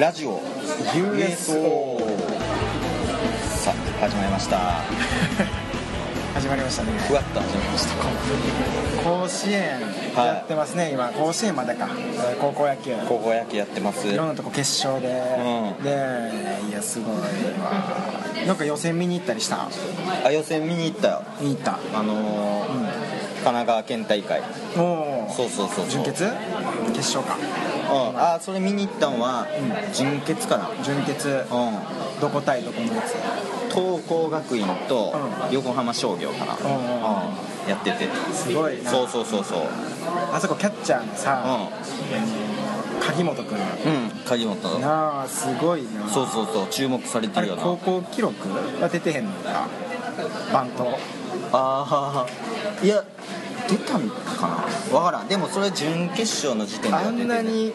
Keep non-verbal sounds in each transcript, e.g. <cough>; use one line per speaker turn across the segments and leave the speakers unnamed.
ラジオ USO さあ始まりました
始まりましたね
ふわっと始まりました
甲子園やってますね、今甲子園までかえー高校野球い
高校野球やってます
ろんなとこ決勝で、
うん
でいやすごいわなんか予選見に行ったりした
あ予選見に行ったよ
見に行った
あのー神奈川県大会
おお
そうそうそうそう
準決決勝か
うんあそれ見に行ったのは
う
準決かな
準決
うん
どこ対どこのやつ
東光学院と
う
横浜商業かなうん
んうんうん
やってて
すごいな
そうそうそうそう
あそこキャッチャーのさ、
う
鍵本君
んうん鍵本
なあすごいな
そうそうそう注目されて
あ
る
れ
よな
高校記録は出てへんのかバント
ああいや出たんかなわからんでもそれ準決勝の時点では
あ
出て
ん
る
なに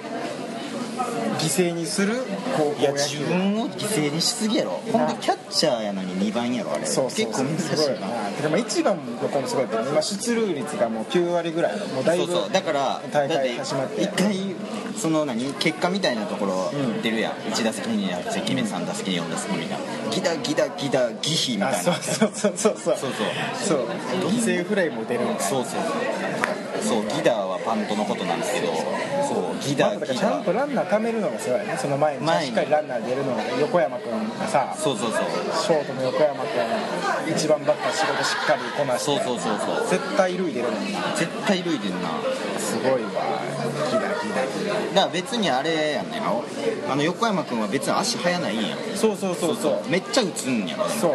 犠牲にする高校
いや
野
自
球
分を犠牲にしすぎやろほんでキャッチャーやのに2番やろあれ
そうそうそう
結構
す
難し
ごい
いな
なでも一番の子もすごいけど今出塁率がもう9割ぐらいもうだい
そ
ぶ
うそうだから
大
だって
会始まって
一回その何結果みたいなところ出るやん、1打席に2打席目3打席に4打席目みたいなギダギダギダギヒみたい
あ
な
そうそうそうそうそう
そう
そう犠牲フライも出るみたいな
そうそうそうそうギダはバントのことなんですけどそうギ
ま
ダ
あだから
ギ
ちゃん
ダ
とランナー貯めるのがすごいねその前に
前に
しっかりランナー出るのが横山君がさ
そうそうそう
ショートの横山君一番バッター仕事しっかりこなし
そ
て
うそうそうそう
絶対塁出るもんな
絶対塁出んな
すごいわ
だ
ギダギダギダ
から別にあれやんねんあの横山君は別に足速ないんや
そうそうそうそう
めっちゃ打つんやろ
そう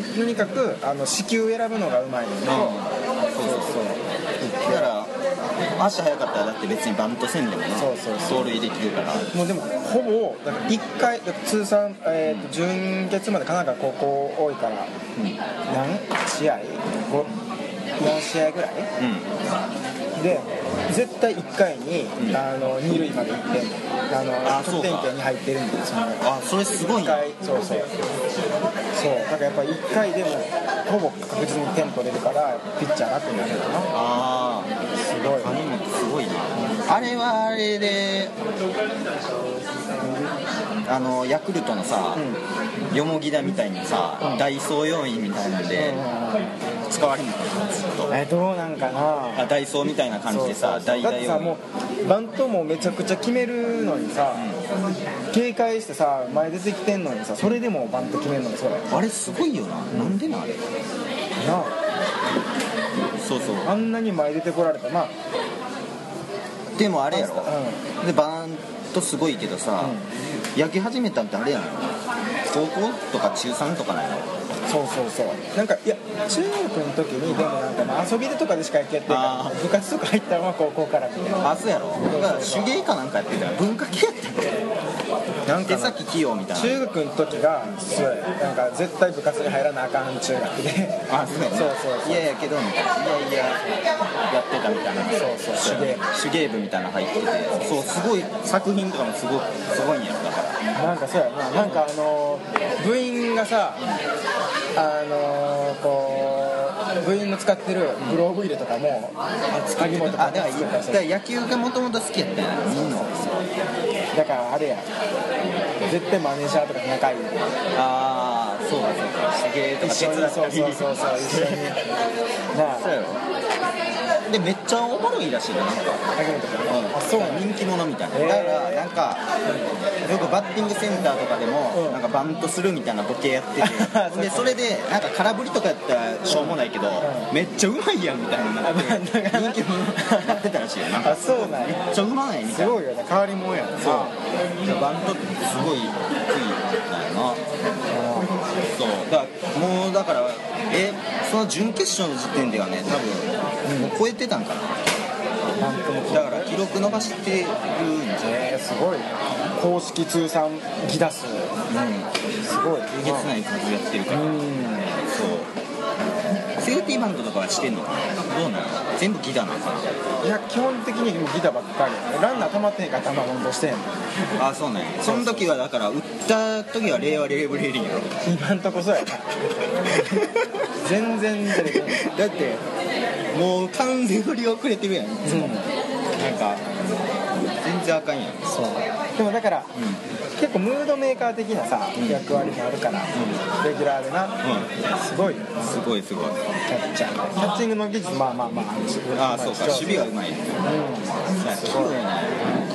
ととにかくあの子宮選ぶのがうまいのと、
そうそうそうだから足速かったらだって別にバントせんでもな
そうそうそ
走塁できるから
もうでもほぼだから1回だから通算、えーと準決まで神奈川高校多いから
うんうん
何試合ご4試合ぐらいで絶対1回に、
うん
あの2塁まで行ってんのあの
あそう
得
か
点圏に入ってるんだよその
あそれすごい
1
な
回そうそうそうだからやっぱ1回でもほぼ確実に点取れるからピッチャー楽になるよな
あ
すごい
あ金本すごいなあれはあれであのヤクルトのさ、よもぎだみたいなさ、
うん
ダイソー要員みたいなんで使われるのかなずっと
えどうなんかな
あダイソーみたいな感じでさ
そうそう
大
だって
々
さ
を
もうバントもめちゃくちゃ決めるのにさ、警戒してさ前出てきてんのにさそれでもバント決めるのにそれな
あれすごいよな、なんでなあれそうそう
ああんなに前出てこられたまあ
でもあれやろ、
う
でバーンとすごいけどさ、焼き始めたんってあれやろ高校とか中3とかなんやろ
そうそうそうなんかいや中学の時にでもなんかまあ遊びでとかでしかやってやってない
あ
から部活とか入ったのは高校からみたいな
あそうやろだから手芸かなんかやってたら文化系やって
なん
た手
かな
先器用みたいな
中学の時がそうやなんか絶対部活に入らなあかん中学で
あそうやろ
そうそうそ
い
う
やいやけどみたいないやいややってたみたいな
<laughs> そうそう手芸
手芸部みたいなの入っててそうすごい作品とかもすごいすごいんやろだから
なんかそうやななんかあのー部員がさあのーこう部員の使ってるグローブ入れとかも鍵元
あ
か
だからだから野球がもともと好きやったんやみんな
だからあれや絶対マネージャーとか仲いい
ああそうかそうか手芸と
一
か
緒に
手
そう
伝
そうそうそう一緒になあ
そうよでめっちゃおもろいらしいななんか、
鍵元かあそうなの
人気者みたいな、
へー
だからなんかよくバッティングセンターとかでも、
うん
なんかバントするみたいなボケやって
そ
て
うか
でそれでなんか空振りとかやったらしょうもないけど、
う
めっ <laughs> ちゃうまいやんみたいな
あ
<laughs>
まあなんか
人気者になってたらしいよなんか
あそうなんや
めっちゃうまいみた
す
いな
ごいよな変わり者やな
そうバントってすごい得意だよなそうだからもうだからえその準決勝の時点ではね多分もう超えてたんかな
なんとも
だから記録伸ばしてるんじゃ
えーすごいな公式通算ギダ数
ないうん
すごい
えげつない数やってるから
うん
そうセーフティーバントとかはしてんのかなどうなの全部ギダなんか
いや基本的にもうギターばっかりやねランナー溜まってへんから球運動してへんの
なあそうなんやその時はだから打った時は令和レーブレーリンやろ
今んとこそうやな全然出てこない
だってもう完全振り遅れてるやんいつもなんか全然あかんやん
そうでもだから、結構ムードメーカー的なさ、役割もあるから、レギュラーでな
う
すごいよ
んすごいすごい
キャッチャーキャッチングの技術まあまあまああるし
ああそうか
上手
守備がうまい器用やな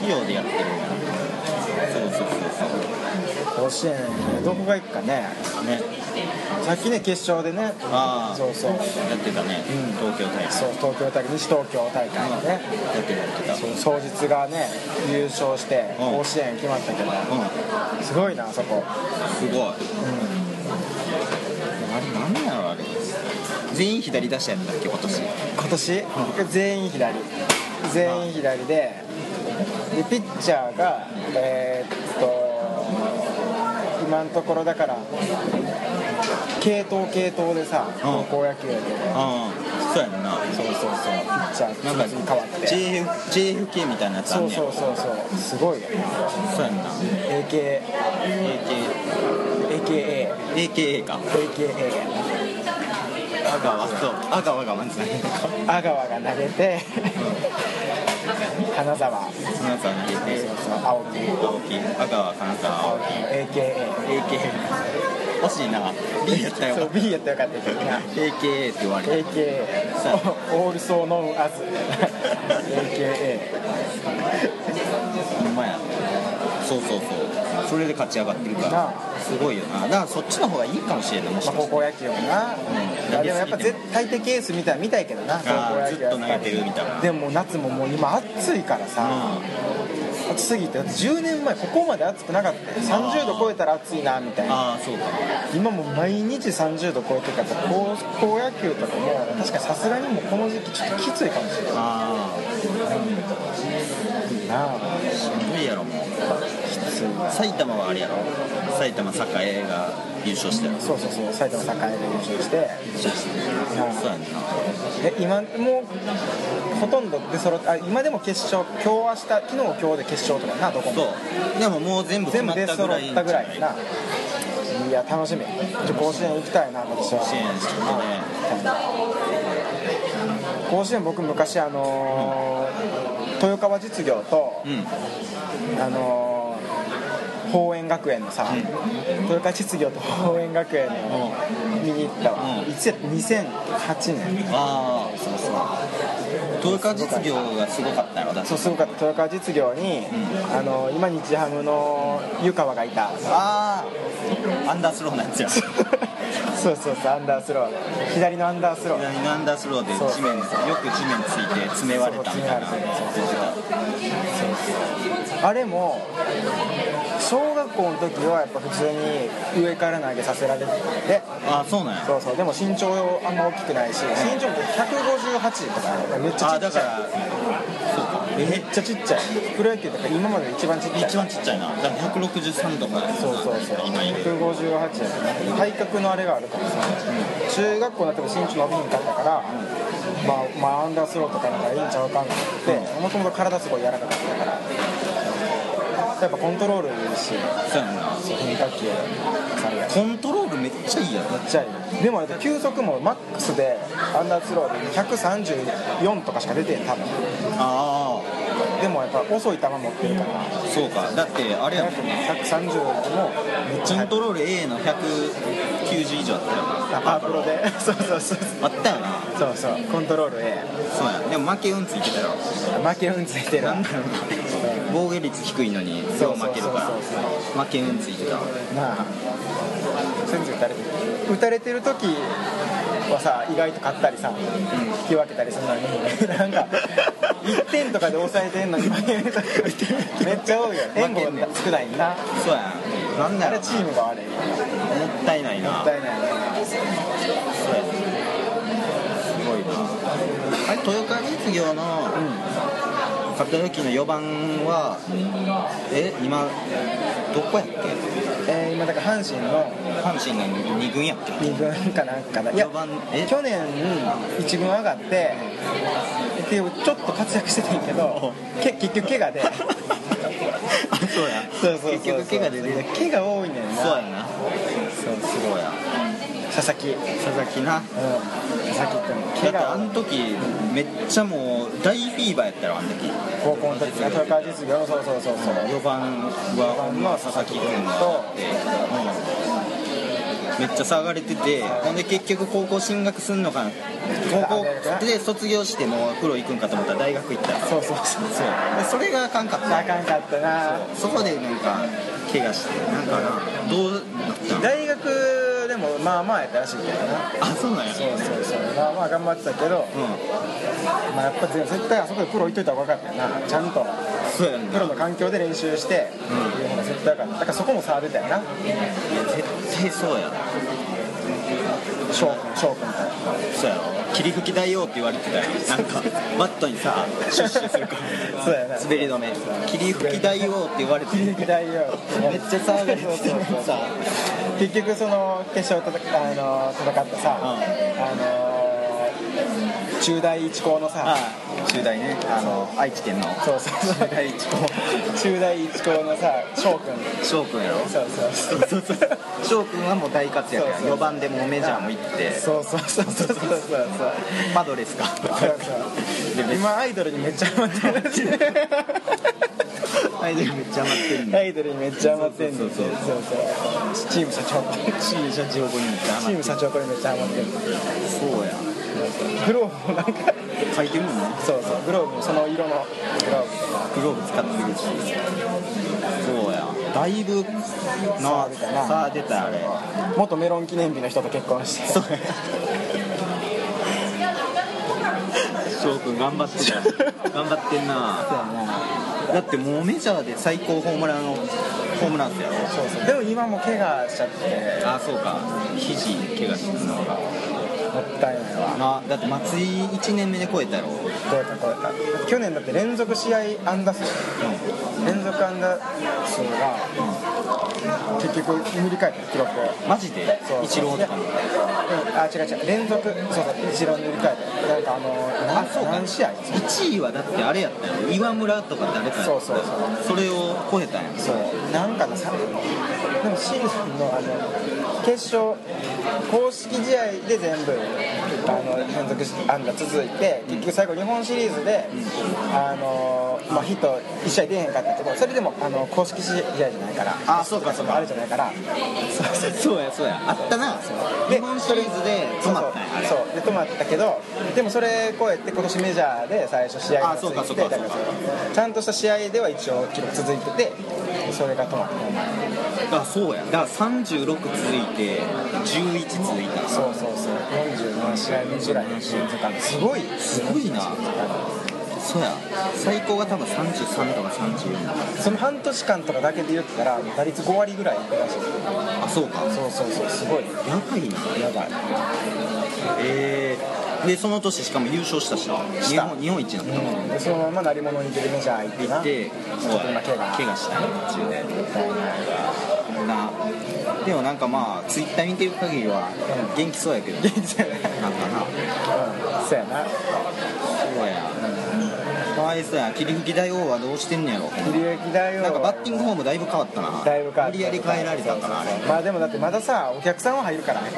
器用でやってるそうそう
うん甲子園どこが行くかね
そうそうね
さっきね決勝でね
ああ
そうそう
やってたね
うん
東京大会
そう東京大会西東京大会でね
やってたやってた
そう双日がね優勝して
うん
甲子園決まったけど
う
すごいなあそこ
んすごいあれ何やろあれ全員左出しやったっけ今年
今年全員左全員左ででピッチャーがえーっと今のところだから系統系統でさ高校野球やけど
ああそうやんな
そうそうそうピッチャー
なん
が
か
次々変わって
JF JFK みたいなやつあん
そう
ねや
そ
ろ
うそうそうすごいよな
そうやんな
AKAKA
AKAAKA か
AKA
阿川そう阿川がまずない
<laughs> 阿川が投げて <laughs> 金沢そう
その後は投げて
そう青木
青木阿川金沢青
青
木
木 AKA
AKA 惜しいな B やった
そう
よ
B やったらよかったけどな
AKA って言われる
AKA
そう
オールソーノンアズ AKA
ほんまやそうそうそうそれで勝ち上がってるか
な
らすごいよなだからそっちの方がいいかもしれんないもし
まあ
か
高
して
校野球も
ん
な、いやでもやっぱ絶対的エースみたいな見たいけどな高校野
あー
球
ずっと投げてるみたいな
でももう夏ももう今暑いからさ、
うん
暑すぎてだって10年前ここまで暑くなかったよ30度超えたら暑いなみたいな
ああそうか
今もう毎日30度超えてるから高校野球とかも確かにさすがにもうこの時期ちょっときついかもしれな
あ
いなあ
あしんどいやろもう
きついな
埼玉はあれやろ埼玉栄が優勝したやろ
そうそうそう埼玉栄で優勝して
そうやんな
え今もうほとんど出揃ってあ今でも決勝今日明日昨日今日で決勝とかなどこも
そうでももう全部決
全
ま
部
っ
出
たぐ
揃
ら
っ
い
たぐらいやないや楽しみちょ甲子園行きたいな今年は
支援してね
甲子園僕昔あのー豊川実業と、
うん
あのー宝円学園のさ、
うん
豊川実業と宝円学園の
うん
見に行ったわ、
うん
いつやった2008年
ああそうそう豊川実業がすごかったやろだって
そうすごかった豊川実業に、あのー今日ハムの湯川がいた <laughs>
ああアンダースローのやつや
そうそうそうアンダースローで左のアンダースロー
左のアンダースローで
そう
地面よく地面ついて詰め割れたみたいな
そう
言ってた
あれも小学校の時はやっぱ普通に上から投げさせられてて
ああそうなんや
そうそうでも身長あんま大きくないし身長も158とかめっち
あ
ゃち
あだ
っちゃい
からそうか
めっ
え
ちゃちっちゃいプロ野球とか今までで一番ちっちゃい
一番ちっちゃいなだから163とかだよな
そうそうそう
今いる
158やから体格のあれがあるからさ中学校になっても身長伸びにかったからまあまあアンダースローとかなんかいいんちゃうかんってもともと体すごい柔らかかったからやっぱコントロールいいし
そうやんな
変化球されが
コントロールめっちゃいいやろ
ちっちゃいでもあれ球速もマックスでアンダースローで134とかしか出てへん多分
あ
でもやっぱ遅い球持ってるから
あそうかだってあれやもん
130もめっち
コ
ゃ
ントロール A の190以上あったよ
あパワプロでそうそうそう
あったよな
そうそうコントロール A
そうやでも負け運ついてたよ
負け運ついてる
なんだろうな防御率低いのによう
そう
負けるから
そうそう
負け運ついてた
なあ全然打たれてる打たれてる時はさ意外と勝ったりさ、引き分けたりするのになんか1点とかで抑えてん <laughs> のに負ける時めっちゃ多いよ援護が少ないんな
そうやなん
あ
だろ
れ
う
チームが悪いもっ
なもったいないな
たいないね
そうやすごいなあれ豊川実業の勝った時の4番はえ今どこやっけ
えー今だから阪神の
阪神が2軍やっけ
2軍かなんかないや
四番え
去年1軍上がってでちょっと活躍してたんやけどけ結局怪我で
あそうや
そうそうそうそう
結局怪我で出て
怪我多いねんな
そうやな
そう
そうや
佐々木、うん、
佐々木な
佐々木君
だっ
怪
てあの
我
時めっちゃもう大フィーバーやったよあの時
高校の時ね豊川実業そうそうそうそう
4番はほんま佐々木君があってめっちゃ騒がれててほんで結局高校進学すんのかな高校で卒業してもうプロ行くんかと思ったら大学行ったら
そうそうそう
そうでそれがあかんかっ
あ
た
かんかったな
そこでなんか怪我してなんかなどうなったの
大学でもまあまあやったらしいけどな
あそうなんや
そうそうそうまあまあ頑張ってたけど、
うん
まあ、やっぱ絶対あそこでプロ行っといた方が良かったよなちゃんと
そうやん
プ
な
ロの環境で練習して、
うん
いう方が絶対良かっただからそこも差出たよない
や絶対そうや
翔くん翔くんと
そうやろ霧吹き大王って言われてたよなんかバットにさシュッシュするから
そうやな
滑り止め霧吹き大王って言われて
響
る
き大よ
めっちゃ騒がれて
そうそうそう
てさ
結局その決勝戦あの戦ったさ、
うん
あの中大一高のさ、
ああ中大ねあの愛知県の
そうそうそ
中
う
大一高
中大一高のさ翔くん
翔くんやろ
そうそうそうそう
翔くんはもう大活躍や
そうそう
4番でもうメジャーも行って
そうそうそうそうそうそうそう
パドレスかでめっ
今アイドルにめっちゃハマってるらしい <laughs>
アイドルめっちゃ余ってるんだ
アイドルにめっちゃハマってんの
そうそうそう
そうチーム社長
チーム社長にめっちゃ
チー
余
ム
って
社長これめっちゃハマってる
るそうや
グローブもなんか
書いてるもんね
そうそうグローブもその色のグローブ
グローブ使ってるしそうやだいぶな
さあ出たな
さあ出たあれ
元メロン記念日の人と結婚して
そう翔くん頑張 <laughs> ってた頑張ってんな
そうやな
だってもうメジャーで最高ホームランのホームランっすやろ
そうそうでも今も怪我しちゃって
あそうか肘怪我してたのか
もったいないわ
なだって松井1年目で超えたやろ、うん、
超えた超えた去年だって連続試合安打数連続安打数が結局塗り替えた記録を
マジで
そう
イチローとかの
あ違う違う連続そうそう一郎塗り替えてなんかあの何
あそうか
何試合
1位はだってあれやったよ岩村とか誰かやったよ
そうそう
それを超えたんや
そうなんかのさでもシーズンのあの決勝公式試合で全部あの連続安打続いて結局最後日本シリーズで、あのまあ、ヒット1試合出へんかったけどそれでもあの公式試合じゃないから
あそうかそうか
あれじゃないから
そうやそうやあったな日本シリーズで止まったんやあれ
そうそうで止まったけどでもそれ超えて今年メジャーで最初試合が
あそうか
続い
そ
て
うかそうか
ちゃんとした試合では一応記録続いててそれが止まった
あそうやだから36続いて11続いた
そうそうそう47試合目ぐらいのシーズン間すごい
すごいなそうや最高が多分33とか34だ
その半年間とかだけで言ったら打率5割ぐらいいくらしい
あそうか
そうそうそうすごい
やばいな
やばい
えー、でその年しかも優勝したし日本日本一になったもん
でそのまま鳴り物に出るメジャー行って
行
な
ってそう
今
や
怪我
怪我したね途中でなでもなんかまあツイッター見てる限りは
うん
元気そうやけど
元気そうやな
なんかな
うんそうやな
そうやかわいそうや霧吹き大王はどうしてんねやろ
切り行きだよ
なんかバッティングフォームだいぶ変わったな
だいぶ変わ
無
った
理やり変えられたからあれ
まあでもだってまださお客さんは入るからね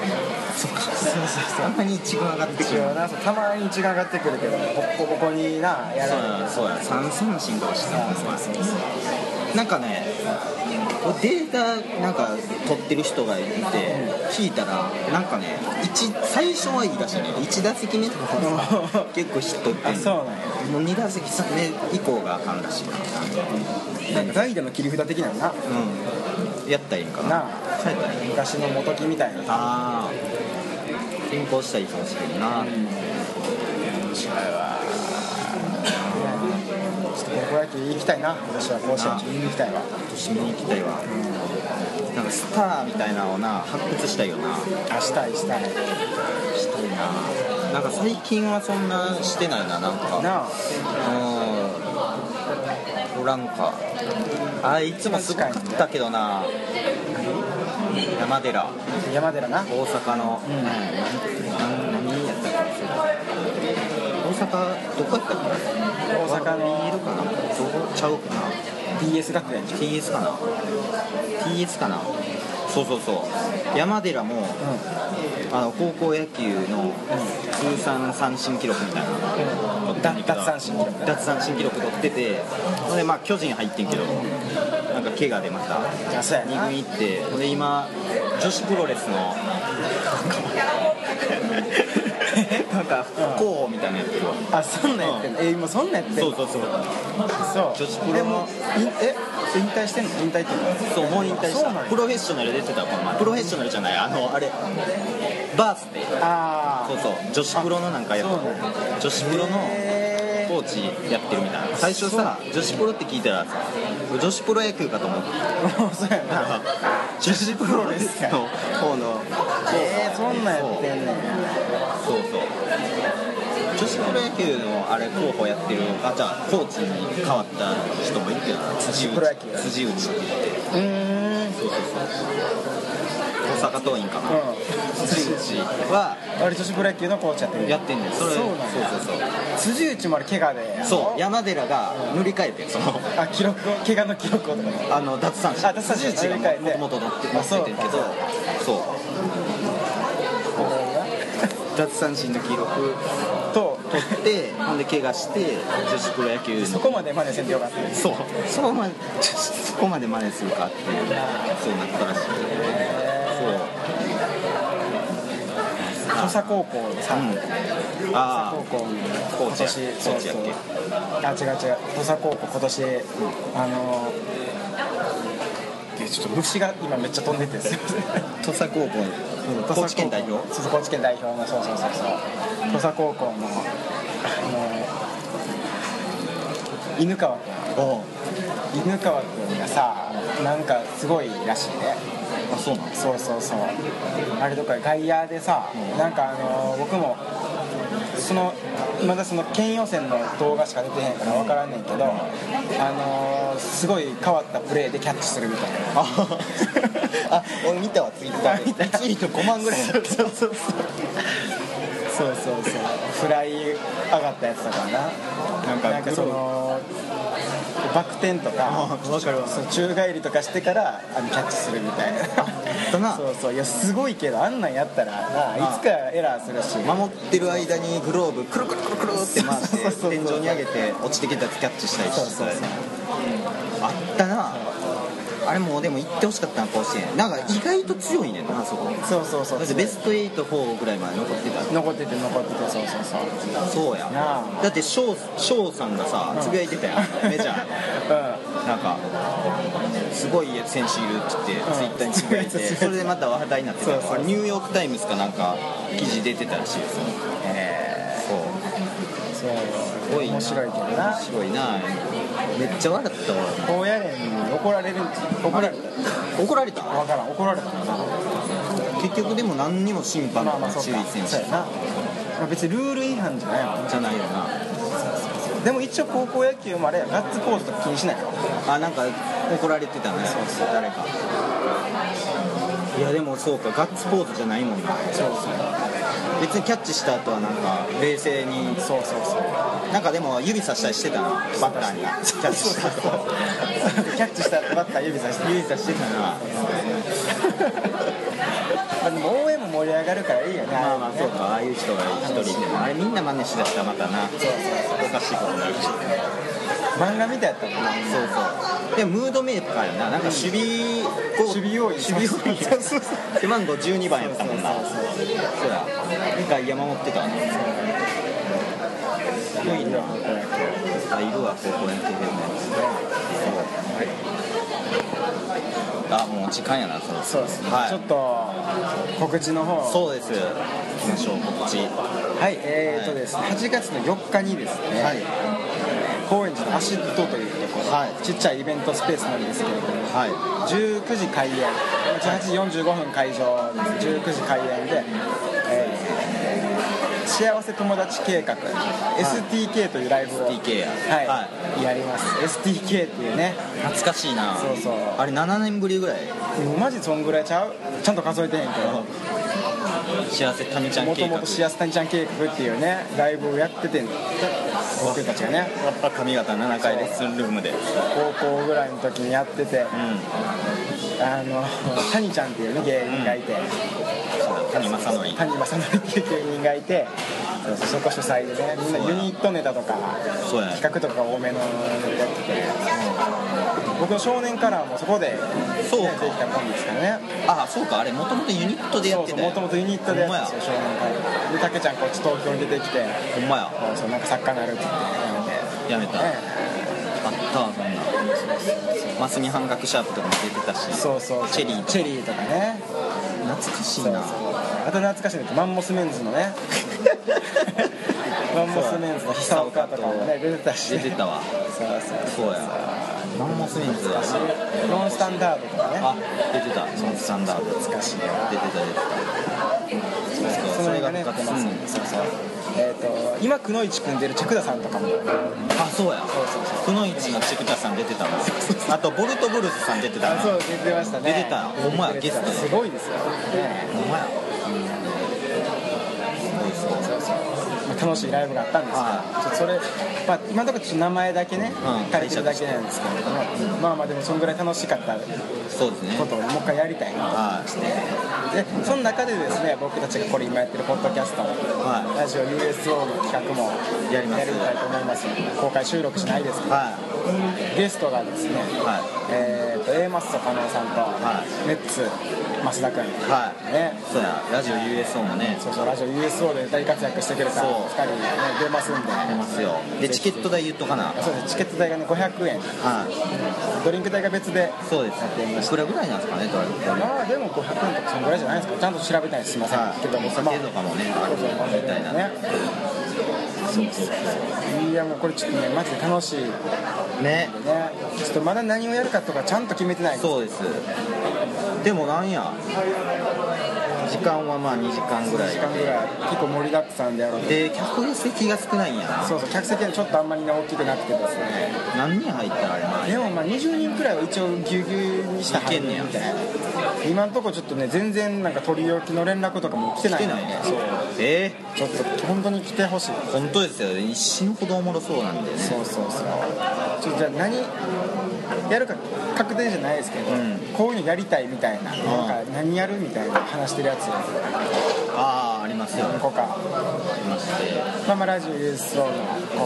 そうかそうそうそうあんまり一軍上がってく
一
る
応なそうたまに一が上がってくるけどボッコボコになや
そう
られて
やそうや三三振とかしてたんですよなんかねデータなんか取ってる人がいて聞いたらなんかね一最初はいいらしいね1打席目とかさ結構ヒットってんの
あそうなんや
もう2打席目以降があかんらしいな
なんか代打の切り札的なのな
うんやったらいいんかな
な
そうやったらいいん
昔の元木みたいな
ああ転校したりかもしれんな、
ちょっと高校野球行きたいな私は甲子園見に行きたいわ
年見に行きたいわ、なんかスターみたいなのをな発掘したいよな
あしたいしたい
したいななんか最近はそんなしてないななんか
なあ
うんおらんかあいつもすごかったけどな山寺
山寺な
大阪の、うん、何何やったっけそれ大阪どこやったかな
大阪の
BL かなどこちゃうかな
BS 学園
TS かな TS かなそうそうそう山寺も、あの高校野球の通算三振記録みたいな
奪奪三振記録
奪三振記録取っててそれでまあ巨人入ってんけどなんか怪我でまた
あそうや
二
な
軍行ってほんで今女子プロレスの <laughs> なんか候補みたいなやつを
あそんなんやってんのえ今そんなんやってんの
そうそうそう
そう
女子プロの
えもういえ引退してんの引退っていうか
そうもう引退し
そう
た
なんや
プロフェッショナル出てたこの前プロフェッショナルじゃないあのあれバースって
あ
そう
あ
そう女子プロのなんかやっ
そうなんや
ぱ女子プロの
へ
コーチやってるみたいな最初さ女子プロって聞いたらさ女子プロ野球かと思って
<laughs> ーもうそうや
た
な
ら女子プロレスの方の
えー、そんなんやってんねん
そうそう女子プロ野球のあれ候補やってるあじゃあコーチに変わった人もいるけど辻
プロ野球
内辻内って言って
うーん
そうそうそう大阪桐蔭かな辻
うん
内は
あれ女子プロ野球のコーチやってる
やってんねんそれ
そうなんや
そうそうそう
辻内もあれ怪我で
そう山寺が塗り替えてその
あ記録を怪我の記録をとかね
あの脱三振
あ脱三振
辻内がもともと乗って乗
あそう
っててんけどそう脱三振の記録
と
取ってほんで怪我して女子プロ野球の
そこまで真似せんでよかったです
そうそこまでそこまで真似するかっていうそうなったらしいそう
土佐高校でさ、土佐
あ
高
あ
校
コー
今
チや
年
コーチやっけ
あ違う違う土佐高校今年、あのーちょっと虫が今めっちゃ飛んでてすいません
土佐高校高知県代表
そうそう高知県代表のそうそうそうそう土佐高校のあの犬川君
あ
犬川君がさなんかすごいらしいね
あそうなん
そうそうそうあれとか外野でさ、なんかあのー僕もそのまだその県予選の動画しか出てへんから分からんねんけど、あのーすごい変わったプレーでキャッチするみたいな
ああ俺見たわツイッターで1位と5万ぐらい
そうそうそうそうそうそうそうフライ上がったやつとかな
なん
なんかそのバック転とか
分かるわ
そう宙返りとかしてからあのキャッチするみたい
だ
な
な
<laughs> そうそういやすごいけどあんなんやったらな
あ
いつかエラーするし
守ってる間にグローブくるくるくるくるって回して
そうそうそう
天井に上げて落ちてきたやつキャッチしたり
そう
して
そうそう
あったなあれもうでも行ってほしかったな甲子園なんか意外と強いねんなあそこ
そうそうそう
だってベスト84ぐらいまで残ってた
残ってて残っててそうそうそう
そうや
なあ
だって翔翔さんがさつぶやいて
<laughs>
たやんメジャーのなんかすごい選手いるっつって
ん
ツイッターにつぶやいて
つぶやいて
それでまた話題になってた
そうそう
あれニューヨーク・タイムズかなんか記事出てたらしいですよ
え
そう
ーそう
すごいな
面白いけどな
面白いなめっちゃ笑ったわ
こうやれんに怒られる怒られた
怒られた
分からん怒られた
結局でも何にも審判
まあ
の
まあそう
注
か
意選
そうや
手
な、まあ、別にルール違反じゃないもん
じゃないよな
でも一応高校野球もあれやガッツポーズとか気にしないよ
あなんか怒られてたね誰かいやでもそうかガッツポーズじゃないもんな
そうそう
別にキャッチした後はなんか冷静に
そうそうそう
なんかでも指さしたりしてたなバッターにキャッチした後
キャッチした後バッター指さして
指さしてたな
まあでも応援も盛り上がるからいいよね
まあまあそうかああいう人が一人いてもあれみんな真似しだしたらまたな
そうそう
おかしいことになるし
そう漫画みたいやったもんな
そうそうでムードメーカーやななんか守備ゴー
守備要員
守備要員
そうそうそう
背番号12番やったもんな
そうそうそう
そうや外野守ってたわねすごいなあいるわ高校野球でもあもう時間やなそろそ
そう
ろ
ですね、
はい
ちょっと告知の方
そうです行きましょう告知
はいえーとですね8月の4日にですね、
はい
高円寺のアシッドというところ、
はい
ちっちゃいイベントスペースなんですけれども
はい
19時開演18時45分会場です19時開演で、えー幸せ友達計画、STK というライブを、はい
TK や
やります STK っていうね
懐かしいな
そうそう
あれ7年ぶりぐらい
もうマジそんぐらいちゃうちゃんと数えてへんけど
幸せたみちゃん
も
計
とも
画
と「やすたにちゃん計画」っていうねライブをやってて僕たちがね
髪型7回レッスンルームで
高校ぐらいの時にやってて
うん
あの谷ちゃんっていうね芸人がいて、
谷正則
谷正則っていう芸人がいてそうそうそこ主催でねみんなユニットネタとか
そうやね
企画とか多めのやってて僕の少年カラーもそこでね
そう
できたもんですからね
ああそうかあれもともとユニットでや
そ
っ
う
て
そ
た
うもともとユニットでや
ほん
っ
ま
て
や
たんですよ少年カラーでたけちゃんこっち東京に出てきて
ほんまや
そうそうなんか作家になるって言ってやめて
やめたあっ
ね
たわそんなマスミ半額シャープとかも出てたし
そうそうそう
チェリー
チェリーとかね
懐かしい
そうそう
な
あと懐かしいのってマンモスメンズのね
<laughs>
マンモスメンズの久岡とかもね出てたし
出てたわ
そうそう
そうやマンモスメンズやな
ノンスタンダードとかね
あ出てたそのスタンダード
懐かしいな
出てた出てたそう
そ
そう
の
それ
辺
が
がね
復活
そうそうそうえっ、と今くノ一君出る着田さんとかも
うんあそうや
そうそう
く
そう
のいちのチクタさん出てたわあとボルトブルスさん出てた
あ
な
そう出てましたね
出てたほんまやゲストです
ごいですよ、ね
ほんまやすごいすごい
そうそうまあ楽しいライブがあったんです
は
けど、ちょっとそれ、まあ、今のところちょっと名前だけね、
うん
借りてるだけなんですけれども、まあまあでもそのぐらい楽しかったこ
そうですね
とをもう一回やりたいな
はい
でその中でですね僕たちがこれ今やってるポッドキャスト、
は
ラジオ USO の企画も
やります
やりたいと思います公開収録しないですけ
い
ど、
は
ゲストがですね、
いは
えー、と A マスと加納さんと、
はい
メッツ増田君、
いはい
ね
そうやラジオ USO もね
そうそうラジオ USO で大活躍してくれた
そう
2人、ね、出ますんで
ありますよでチケット代言っとかな
そうですチケット代がね500円
はい
ドリンク代が別で
そうですいくらぐらいなんですかねドラゴン
まあでも500円とかそのぐらいじゃないですかちゃんと調べたいですいません、
はい
けども
お
ま
酒とかもねあるみたいな
ねいやもうこれちょっとねマジで楽しいんでね
ね
ちょっとまだ何をやるかとかちゃんと決めてない
そうですでもなんや時間はまあ2時間ぐら
時間
い
ぐらい結構盛りだくさんでやろうと
で客席が少ないんやな
そうそう客席はちょっとあんまりね大きくなくてですね
何人入ったらあれな
でもまあ20人くらいは一応ぎゅうぎゅうにした
いけんねや
みたいな今んとこちょっとね全然なんか取り置きの連絡とかも来て
来
な
て
い
ないね
そう
え
ちょっと本当に来てほしい
ー、本当ですよ一死ぬほどおもろそうなんでね
そうそうそうちょっとじゃあ何やるか確定じゃないですけど、
うん
こういうのやりたいみたいな,、なんか何やるみたいな話してるやつ
ああありますよ
何個か
ありまして
まあまあラジオ USO の公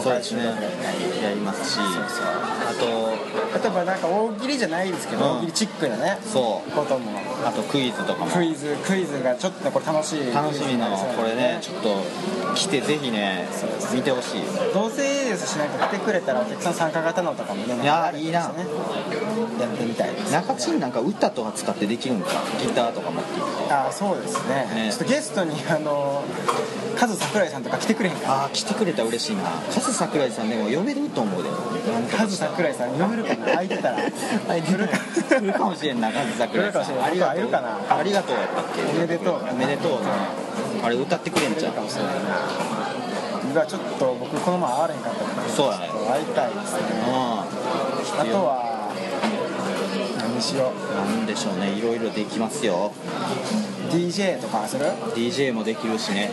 そうで
開
す
収
ね
録だったり、
やりますしあと
例えばなんか大喜利じゃないですけど、
うん
大喜利チックなね
そう
ことも
あとクイズとかも
クイズクイズがちょっとこれ楽しい
楽しみなの
クイズにりそう
これねちょっと来てぜひね見てほしい
どうせですしなんか来てくれたらお客さん参加型のとかもね
いやー
んかるんですねやってみたいです
中地になんか歌とか使ってできるんかギターとか持って
ああそうですね
ね
ちょっとゲストにあのカズ桜井さんとか来てくれへんか
ああ来てくれたら嬉しいなカズ桜井さんでも呼べると思うでなんと
カ
か
ズ桜井さん呼べるかな空い
<laughs>
てたら
はい来るか来るかもしれんなカズ桜井さ
来る
ん
かもしれん
ありがとう
いるかな
ありがとうやったっけ
おめでとう
おめでとうなあれ歌ってくれん
い
ちゃ
る
う
かもしれないなうわちょっと僕この前会われへんかったから
そうやね
ちょっと会いたいですね
う
あとは何しよ
んなんでしょうねいろいろできますよ
う DJ とかする
DJ もできるしね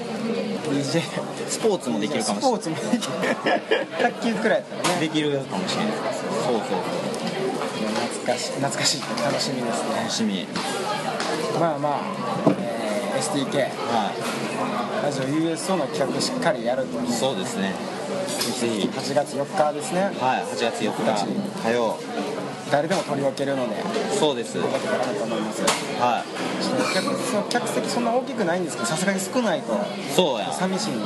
DJ
スポーツもできるかもしれない
スポーツもできる卓球くらいやったらね
できるかもしれないそうそう
懐かしい懐かしい楽しみですね
楽しみ
まあまあ、えー STK
は
ラジオ USO の企画しっかりやると
いそうですねぜひ
8月4日ですね
はい8月4日火曜
誰でも取り分けるので
そうです
頑張ってもらえると思います
は
ちょっと客その客席そんな大きくないんですけどさすがに少ないと
いそうや
寂しいんで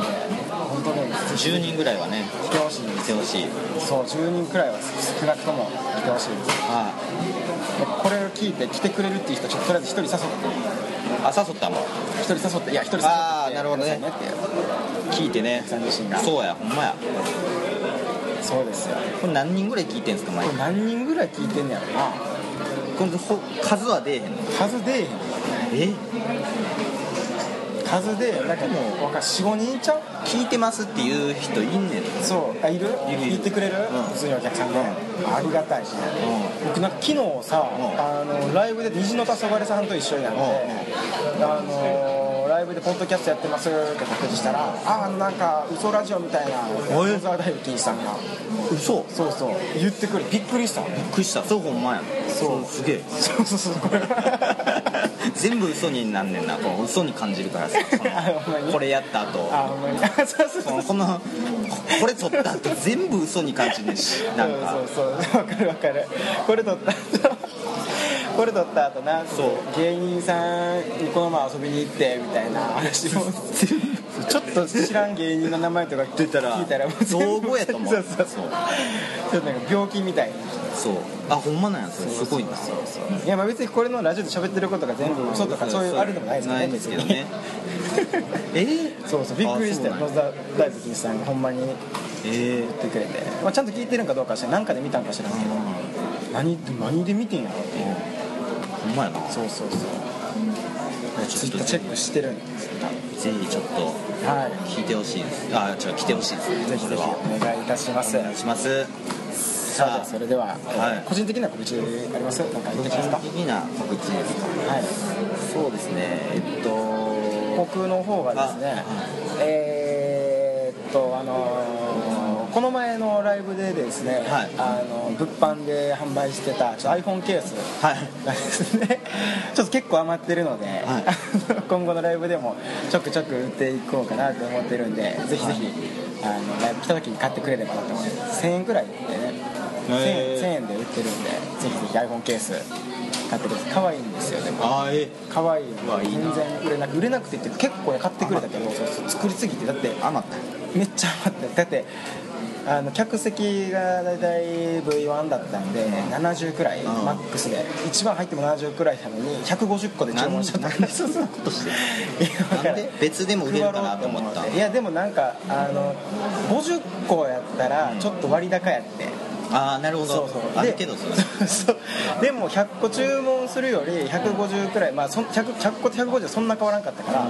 本当にぜひ
10人ぐらいはね
来てほしいんで
来
す
てほしい
そう10人くらいは少なくとも来てほしいですで
はい
これを聞いて来てくれるっていう人ちょっととりあえず1人誘って
あ誘ったもん
1人誘っていや1人誘って
あーなるほどね
くださいっていう
聞いてね
さん自身が
そうやほんまや
そうですよ
これ何人ぐらい聞いてんすか毎
これ
回
何人ぐらい聞いてんねやろな
これほ数は出えへんの
数出えへん
え
数出えへんだけどもう45人いちゃう
聞いてますっていう人いんねん
そうあいる
いるいる
言ってくれる、
うん
普通にお客さんが、ありがたいしね僕なんか昨日さ、
ん
あのライブで虹の黄昏さんと一緒になって、あのライライブでポッドキャストやってますってことしたらああなんか嘘ラジオみたいな
え
小沢大樹さんが
嘘
そうそう言ってくるびっくりした
びっくりしたそうほんまや
そう
すげえ
そうそう <laughs> そうこれ
全部嘘になんねんなこう嘘に感じる
<laughs>
からさこの
あほんまに
これやった後
あほんまにあそうそう
こ
そう
のこのこれ撮った後全部嘘に感じるしなんか
そうそうそうわかるわかるこれ撮った後これ撮った後な
そう
芸人さんにこの前遊びに行ってみたいな話もちょっと知らん芸人の名前とか聞
出たら
いたらもう全部
造語やと思う
そうそうそうちょっとなんか病気みたいな
そうあほんまなんやそれすごいない
やまあ別にこれのラジオで喋ってることが全部嘘とかそういうあれでもないですけどね
んですけどねえー
そうそうびっくりしたよ
あ
野
そうなんや
沢大樹さんがほんまに言っ
え
てくれて、まあ、ちゃんと聞いてるんかどうかは知らんなんかで見たんか知らんけど何何で見てんやろっていう
ーほんまやな
そうそうそう
ち
ツ
ょ
イ
っ
ッ
と
ターチェックしてるんで
ぜひちょっと
は
聞いてほしいですあ違う来てほしいです
い
ね
ぜひ
こ
ぜ
れ
ひ
は
お願いいたします
お願いしますさ
さあ
あ
それでは、
はい
個人的な告知ありますなんか言
個
って
人
きますか
的な告知ですか
はい
そうですねえっと
僕の方がですねえーっとあのーこの前のライブでですね、
はい
あの物販で販売してたちょっと iPhone ケース
はい
がですね <laughs> ちょっと結構余ってるので、 <laughs> 今後のライブでもちょくちょく売っていこうかなと思ってるんでぜひぜひ、あのライブ来た時に買ってくれればなと思います1000円くらいでね1000
へー
円 ,1000 円で売ってるんでぜひぜひ iPhone ケース買ってください可愛いんですよでも
あーえ
可愛いよ
うわいいな
全然売れなく売れなくてっていうか結構ね買ってくれたけど作りすぎてだって
余った
めっちゃ余ってだってあの客席が大体 V1 だったんで70くらい、
うん
マックスで一番入っても70くらいなのに150個で注文しちゃった
なんでそんなことして
いやわか
なん
ら
で別でも売れるかなと思った
配ろうていやでもなんかあの50個やったらちょっと割高やって、
ああなるほ
そ
ど
うそう
あ
で
るけどそれ
そうそうでも100個注文するより150くらい、まあ、そん 100, 100個と150はそんな変わらんかったから、
うん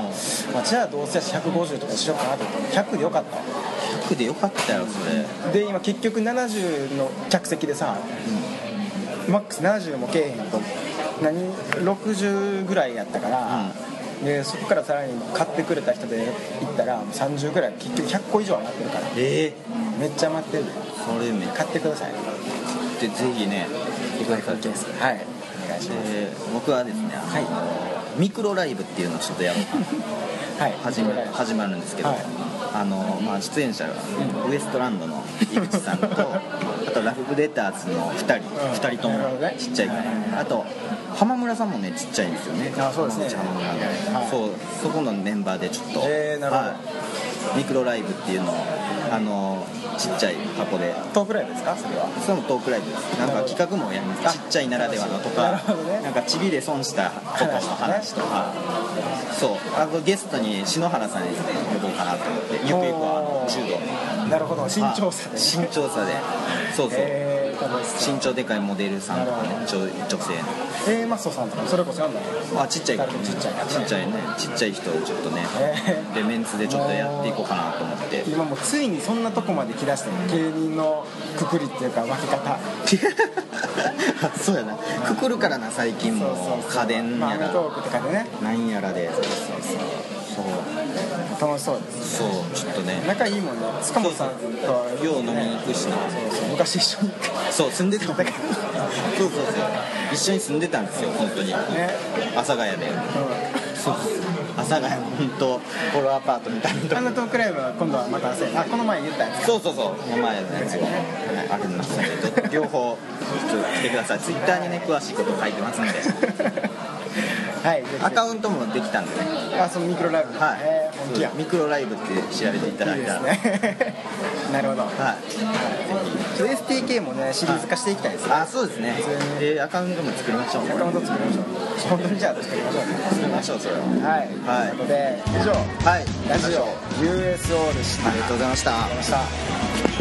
まあ、じゃあどうせやし150とかにしようかなと思って100でよかった
100でよかったよそ
<laughs>
れ
で今結局70の客席でさ、マックス70もけえへんと何60ぐらいやったから、でそこからさらに買ってくれた人で行ったらもう30ぐらい結局100個以上余ってるから
ええ
めっちゃ余ってる
それめっ
買ってください
ちゃぜひね
リコリコいけますはいお願いします
えー僕はですね、あのミクロライブっていうのをちょっとやろうかな
はい
始ま始まるんですけど、
はい
あのまあ、出演者がウエストランドの井口さんとあとラフブレターズの2人、
うん
二人と
なるほど
も
ね
ちっちゃいから、あと浜村さんもねちっちゃいんですよね
あそうですね
浜口浜村の、
はい
そうそこのメンバーでちょっと、
へーなるほど
はいミクロライブっていうのをあのちっちゃい箱で
トークライブですかそれは
それもトークライブですなんか企画もやりますちっちゃいならではのとか
なるほどね
なんかちびで損したことの話とかそうあとゲストに篠原さんに呼ぼうかなと思ってゆくゆくはあの
おー
柔道
なるほど身長差
は
で
い身長差でそうそう、
えー、楽しそう
身長でかいモデルさんとかね女女性
A マストさんとかそれこそ読んだの
のあちっちゃい
ちっちゃい
ちっちゃいねちっちゃい人をちょっとね
え
でメンツでちょっとやっていこうかなと思
<laughs>
って
ー今もうついにそんなとこまで来だしたの芸人のくくりっていうか分け方
そうやなくくるからな最近も家電
ま
や
あアメ
ら
トークとかでね
なんやらでそうそう
楽しそうです
そうそうちょっとね
仲いいもんね塚本さんとは
よう飲みに行くしな
そうそう昔一緒に行く
そう住んでたんだけどそうそうそう一緒に住んでたんですよ本当に
ね
阿佐ヶ谷でそう阿佐ヶ谷の本当フォローアパートみたいなと
うん、
こ
あのトークライブは今度はまたせあこの前言ったやつ
そうそうそう名前のやつははいあるんですけど両方ちょっと来てくださいツイッターにね詳しいこと書いてますんで
<laughs> はいぜひぜひ
アカウントもできたんでね
あそのミクロライブ
はい、
えー、本気や
ミクロライブって調べていただ
い
い
い
た
で
ら
すね <laughs> なるほど
はい
ちょっと STK もねシリーズ化していきたいですね
あそうですね、えーアカウントも作りましょう
アカウント作りましょう本当にじゃあ作りましょう
作りましょうそれは
はい、
はい
ということで以上
はい
ラジオ USO でし
ありがとうございました
た